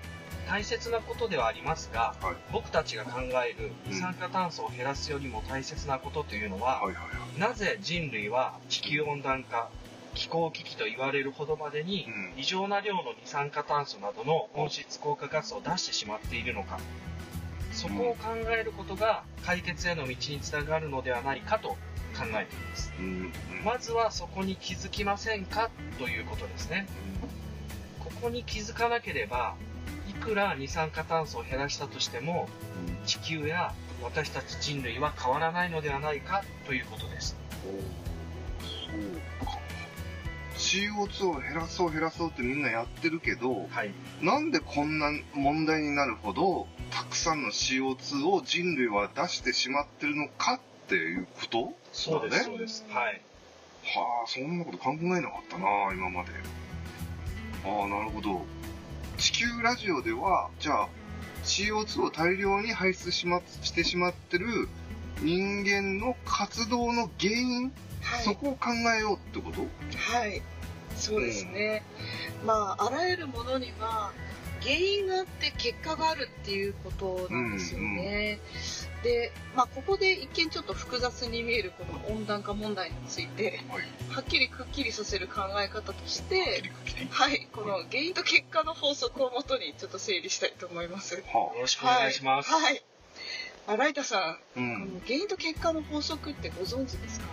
S1: 大切なことではありますが、
S3: はい
S1: 僕たちが考える二酸化炭素を減らすよりも大切なことというのは、
S3: はいはいは
S1: なぜ人類は地球温暖化気候危機と言われるほどまでに
S3: い。うん。
S1: 異常な量の二酸化炭素などの温室効果ガスを出してしまっているのかそこを考えることが解決への道につながるのではないかと考えています
S3: うん。うん
S1: まずはそこに気づきませんかということですねここに気づかなければいくら二酸化炭素を減らしたとしても地球や私たち人類は変わらないのではないかということです
S3: そうか。CO2 を減らそう減らそうってみんなやってるけど、
S1: はい
S3: なんでこんな問題になるほど、たくさんの CO2 を人類は出してしまってるのかっていうこと
S1: そうです
S3: そ
S1: そうう
S2: で
S1: ですすはい
S3: はあ、そんなこと考えなかったな、今まで。ああ、なるほど。地球ラジオでは、じゃあ、CO2 を大量に排出しま、してしまってる人間の活動の原因、
S2: は
S3: そ
S2: い、
S3: こを考えようってこと
S2: はい、そうですね、まああらゆるものには原因があって結果があるっていうことなんですよね、で、まあ、ここで一見ちょっと複雑に見えるこの温暖化問題について
S3: はい。
S2: はっきりくっきりさせる考え方と
S3: 切
S2: して
S3: り口ね
S2: はい、この原因と結果の法則をもとにちょっと整理したいと思います。
S3: は
S1: よろしくお願いします。
S2: はい。はいあライタ
S3: あ。
S2: さ、
S3: うん
S2: こ
S3: ん。
S2: の原因と結果の法則ってご存知ですか？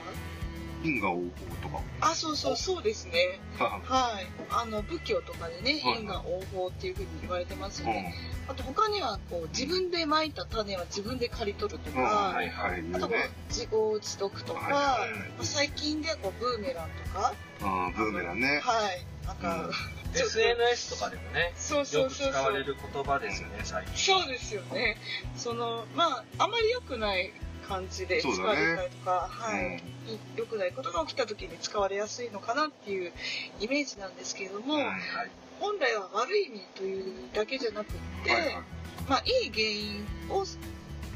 S3: 因果応報とか。
S2: あ、そうそうそうですね。
S3: は
S2: はい。あの仏教とかでね、
S3: はい
S2: 因果応報っていうふうに言われてます
S3: い
S2: よね。あと他にはこう自分で蒔いた種は自分で刈り取ると
S3: うん。うん。
S2: か、
S3: はいはい。言
S2: あと
S3: う
S2: こ
S3: ね。
S2: う自業自得とか、
S3: はいはい
S2: まあ最近ではこうブーメランとか、
S3: あーブーメランね。
S2: はい。なんか、
S3: うん
S2: ちょっと
S1: SNS とかでもね、
S2: そうそ
S1: よ
S2: う
S1: く
S2: そ
S1: 使
S2: うそ
S1: わ
S2: う
S1: れ。る言葉ですよね、最近。
S2: そうですよね。そのまああまり良くない感じで使
S3: そう
S2: わ
S3: だね
S2: れたりとか、はい、
S3: うん
S2: 良くないことが起きた時に使われやすいのかなっていうイメージなんですけれども、
S3: はい
S1: はい。
S2: 本来は悪い意味というだけじゃなくって、
S3: はいはい。
S2: まあいい原因を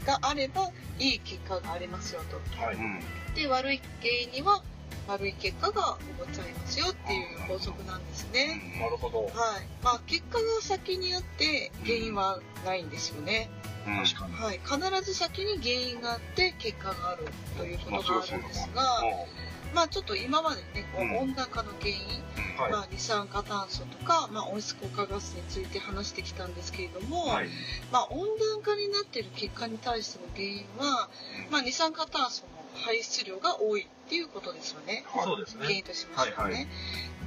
S2: があればいい結果がありますよと。
S1: は
S3: う
S1: い。
S3: ん。
S2: で悪い原因には悪い結果が起こっちゃいますよっていう法則なんですね。
S1: なるほど。
S2: はい。まあ結果が先にあって原因はないんですよね。
S3: うん
S1: 確かに。
S2: はい、必ず先に原因があって結果があるということがあるんです
S3: あ
S2: が、
S3: ー
S2: まあ、ちょっと今までねこ
S3: うん
S2: う温暖化の原因、
S3: うん
S1: はい
S2: まあ、二酸化炭素とか、まあ、温室効果ガスについて話してきたんですけれども、
S1: はい。
S2: まあ、温暖化になっている結果に対しての原因は、まあ、二酸化炭素の排出量が多いっていうことですよね。
S1: そうです
S2: 原
S1: ね。
S2: 因としましてはね、
S1: はいは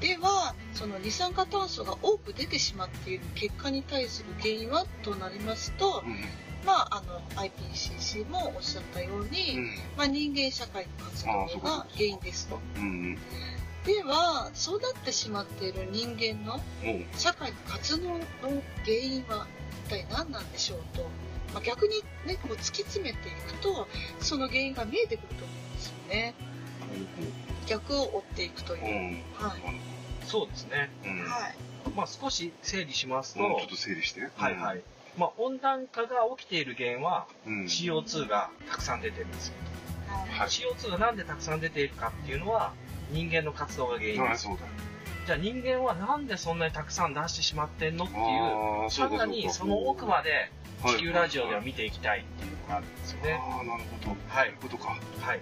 S2: ではその二酸化炭素が多く出てしまっている結果に対する原因はとなりますと、
S3: うんうん
S2: まあ、あの IPCC もおっしゃったように、まあ、人間社会の活動
S3: あーそうかそう
S2: が
S3: か
S2: 原因ですと。
S3: うん
S2: ではそうなってしまっている人間の
S3: うんうん
S2: 社会の活動の原因は一体何なんでしょうと、まあ、逆に、ね、こう突き詰めていくとその原因が見えてくると思うんですよね逆を追っていくという
S3: う、ん
S2: はい
S1: そうですね。
S3: うん
S2: はい
S1: まあ少し整理しますと、
S3: もうちょっと整理して
S1: はいはいい。まあ温暖化が起きている原因は
S3: うん
S1: CO2 がたくさん出てるんですよ。
S3: はい
S1: CO2 がなんでたくさん出ているかっていうのは人間の活動が原因
S3: あ
S1: で
S3: あ
S1: す。
S3: そうだ
S1: じゃあ人間はなんでそんなにたくさん出してしまってんのっていう、
S3: ああそ
S1: さ
S3: うだ
S1: ら
S3: そう
S1: に
S3: だ
S1: その奥まで地球ラジオでは
S3: 見
S1: 見ていきたいっていうのがあるんですよね。
S3: ああなるほど
S1: は
S3: そうい。
S1: いう
S3: ことか
S1: はい。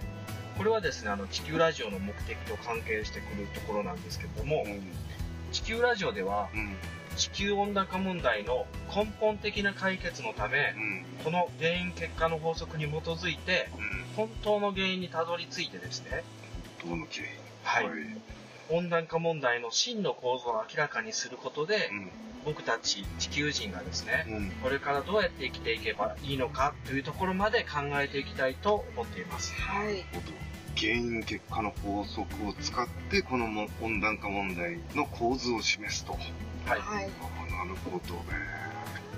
S1: これはですね、あの地球ラジオの目的と関係してくるところなんですけれども
S3: う、ん
S1: 地球ラジオでは
S3: うん
S1: 地球温暖化問題の根本的な解決のため
S3: う、ん
S1: この原因結果の法則に基づいて、
S3: うん
S1: 本当の原因にたどり着いてですね、
S3: どの経緯
S1: はい
S3: うん
S1: 温暖化問題の真の構造を明らかにすることで、僕たち地球人がですね、
S3: うん
S1: これからどうやって生きていけばいいのかというところまで考えていきたいと思っています。
S2: はい
S3: なるほど原因結果の法則を使ってこのも温暖化問題の構図を示すと
S1: はい。
S2: はい
S3: あーなるほどね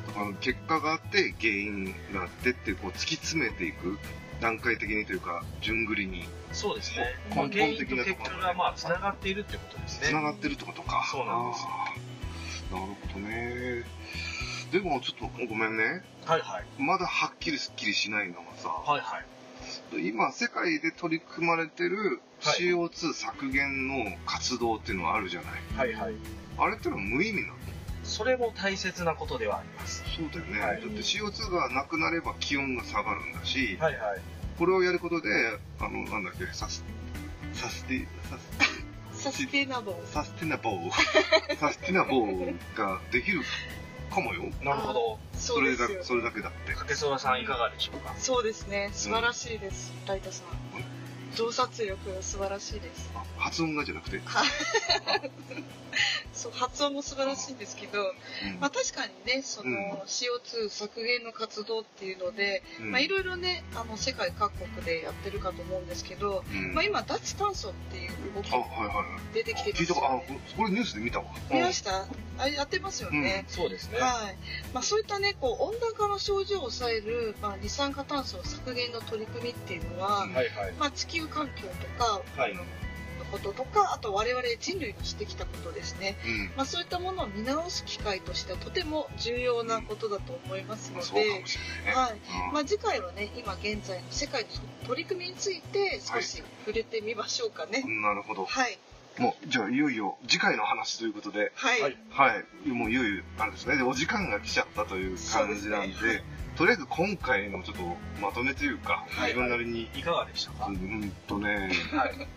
S3: だから結果があって原因があってってこう突き詰めていく段階的にというか順繰りに
S1: そうですね。
S3: 根
S1: まあ
S3: 本
S1: 原因と
S3: 的なと
S1: 結
S3: ころ
S1: 果がまあ繋がっているってことです
S3: つな
S1: ね。
S3: がってるってことか
S1: そうなんです
S3: あーなるほどねでもちょっとごめんね
S1: はいはい。
S3: まだはっきりすっきりしないのがさ
S1: はいはい。
S3: 今世界で取り組まれてる
S1: はい
S3: CO2 削減の活動っていうのはあるじゃない、
S1: はいはい。
S3: あれってのは無意味なの
S1: それも大切なことではあります。
S3: そうだよね、
S1: はい
S3: だって CO2 がなくなれば気温が下がるんだし、
S1: はいはい。
S3: これをやることであのなんだっけサスサスティサス
S2: サステナブル
S3: サステナボ ーサステナボーができるかもよ
S1: なるほど。
S2: そ
S3: そうれ
S2: で
S3: だ
S2: すよ
S3: それだけだって
S1: かけそらさんいかがでしょうか
S2: そうですね素晴らしいです、ライトさん
S3: え
S2: 洞察力が素晴らしいです
S3: あ発音がじゃなくて、うん
S2: そう発音も素晴らしいんですけど、まあ、確かにねその
S3: うん
S2: CO2 削減の活動っていうので、
S3: うん
S2: まあ、いろいろねあの世界各国でやってるかと思うんですけど、
S3: うん
S2: まあ、今脱炭素っていう動き
S3: あはいはいはい
S2: 出てきてる
S3: 聞
S2: んで
S3: い
S2: す
S3: た
S2: よ
S3: かあ
S2: ね、
S3: ここれニュースで見たわ
S2: 見ましたあれやってますよね、
S1: そうですね。
S2: はいまあ、そういった、ね、こう温暖化の症状を抑える、まあ、二酸化炭素削減の取り組みっていうのは、
S3: うん
S1: はいはい。
S2: まあ、地球環境とか、
S1: はい
S2: あのこととかあと我々人類のしてきたことですね、
S3: うん。
S2: まあ、そういったものを見直す機会としてはとても重要なことだと思いますの
S3: まあ、
S2: で、
S3: そうかもしれないね。
S2: はいまあ、次回はね今現在の世界の取り組みについて少し触れてみましょうかね
S3: う。ん。なるほど。
S2: はい、
S3: もう、じゃあ、いよいよ次回の話ということで、
S2: はい、
S1: はい
S3: はい。もういよいよ、あれですね。で、お時間が来ちゃったという感じなんで、
S2: そうです
S3: とりあえず今回のちょっとまとめというか、
S1: はい
S3: 自分なりに、
S1: いかがでしたか、
S3: うーんとね、
S1: はい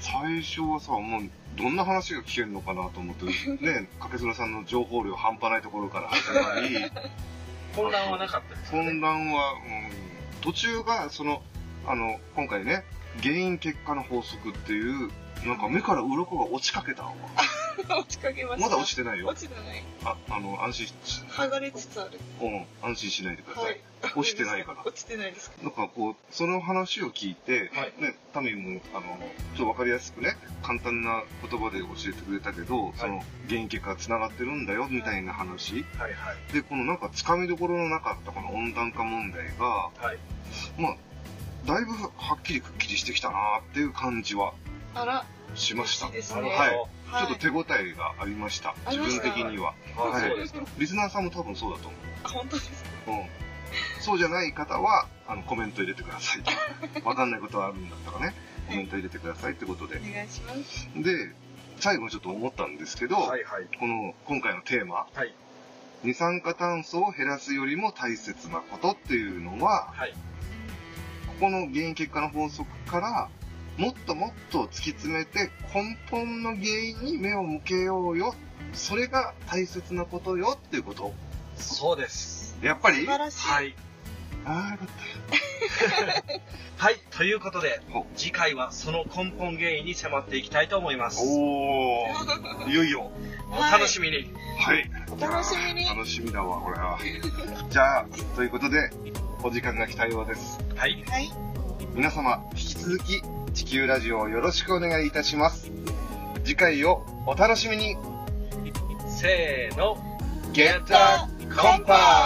S3: 最初はさ、もう、どんな話が聞けるのかなと思って、ね、かけずらさんの情報量半端ないところから始まり、
S1: 混乱はなかったですよね
S3: 混乱は、うん、途中がそのあの今回ね原因結果の法則っていうなんか目から鱗が落ちかけたわ
S2: 落ちかけました
S3: まだ落ちてないよ
S2: 落ちてない
S3: ああの安心し、
S2: 剥がれつつある
S3: うん、安心しないでください、
S2: はい
S3: 落ちてないから
S2: 落ちてないですか
S3: なんかこうその話を聞いて、
S1: はい
S3: ね、タミもあのちょっと分かりやすくね簡単な言葉で教えてくれたけど、その原因結果がつながってるんだよみたいな話
S1: はいはい
S3: でこのなんかつかみどころのなかったこの温暖化問題が
S1: はい
S3: まあ、だいぶはっきりくっきりしてきたなっていう感じは
S2: あら
S3: しました。
S2: いいです
S1: な
S2: ね
S1: る
S3: はい
S1: ほ
S2: はい
S3: ちょっと手応えがありました。
S2: あ
S3: 自
S2: りまし
S3: 分
S2: た
S3: 的には。
S1: ど、あ
S3: はい
S1: そうですか
S3: リスナーさんも多分そうだと思
S2: あ本当ですか
S3: う。うん。そうじゃない方は、あの、コメント入れてくださ い。わかんないことはあるんだったらね、コメント入れてくださいってことで
S2: お。願いします
S3: で、最後にちょっと思ったんですけど、
S1: はいはい
S3: この、今回のテーマ、
S1: はい
S3: 二酸化炭素を減らすよりも大切なことっていうのは、
S1: はい
S3: ここの原因結果の法則からもっともっと突き詰めて根本の原因に目を向けようよそれが大切なことよっていうこと
S1: そうです
S3: やっぱ
S2: 素
S3: り
S2: 晴
S3: あ
S2: らしい、
S1: はい
S3: あ
S1: はいということで
S3: ほ
S1: 次回はその根本原因に迫っていきたいと思いますお
S3: おおいよいよ
S1: 楽しみに、
S3: はい
S2: お楽しみに
S3: 楽しみだわこれはじゃあということでお時間が来たようです
S1: はい
S2: はい
S3: 皆様引き続き地球ラジオをよろしくお願いいたします次回をお楽しみに
S1: せーの
S3: ゲッターコンパー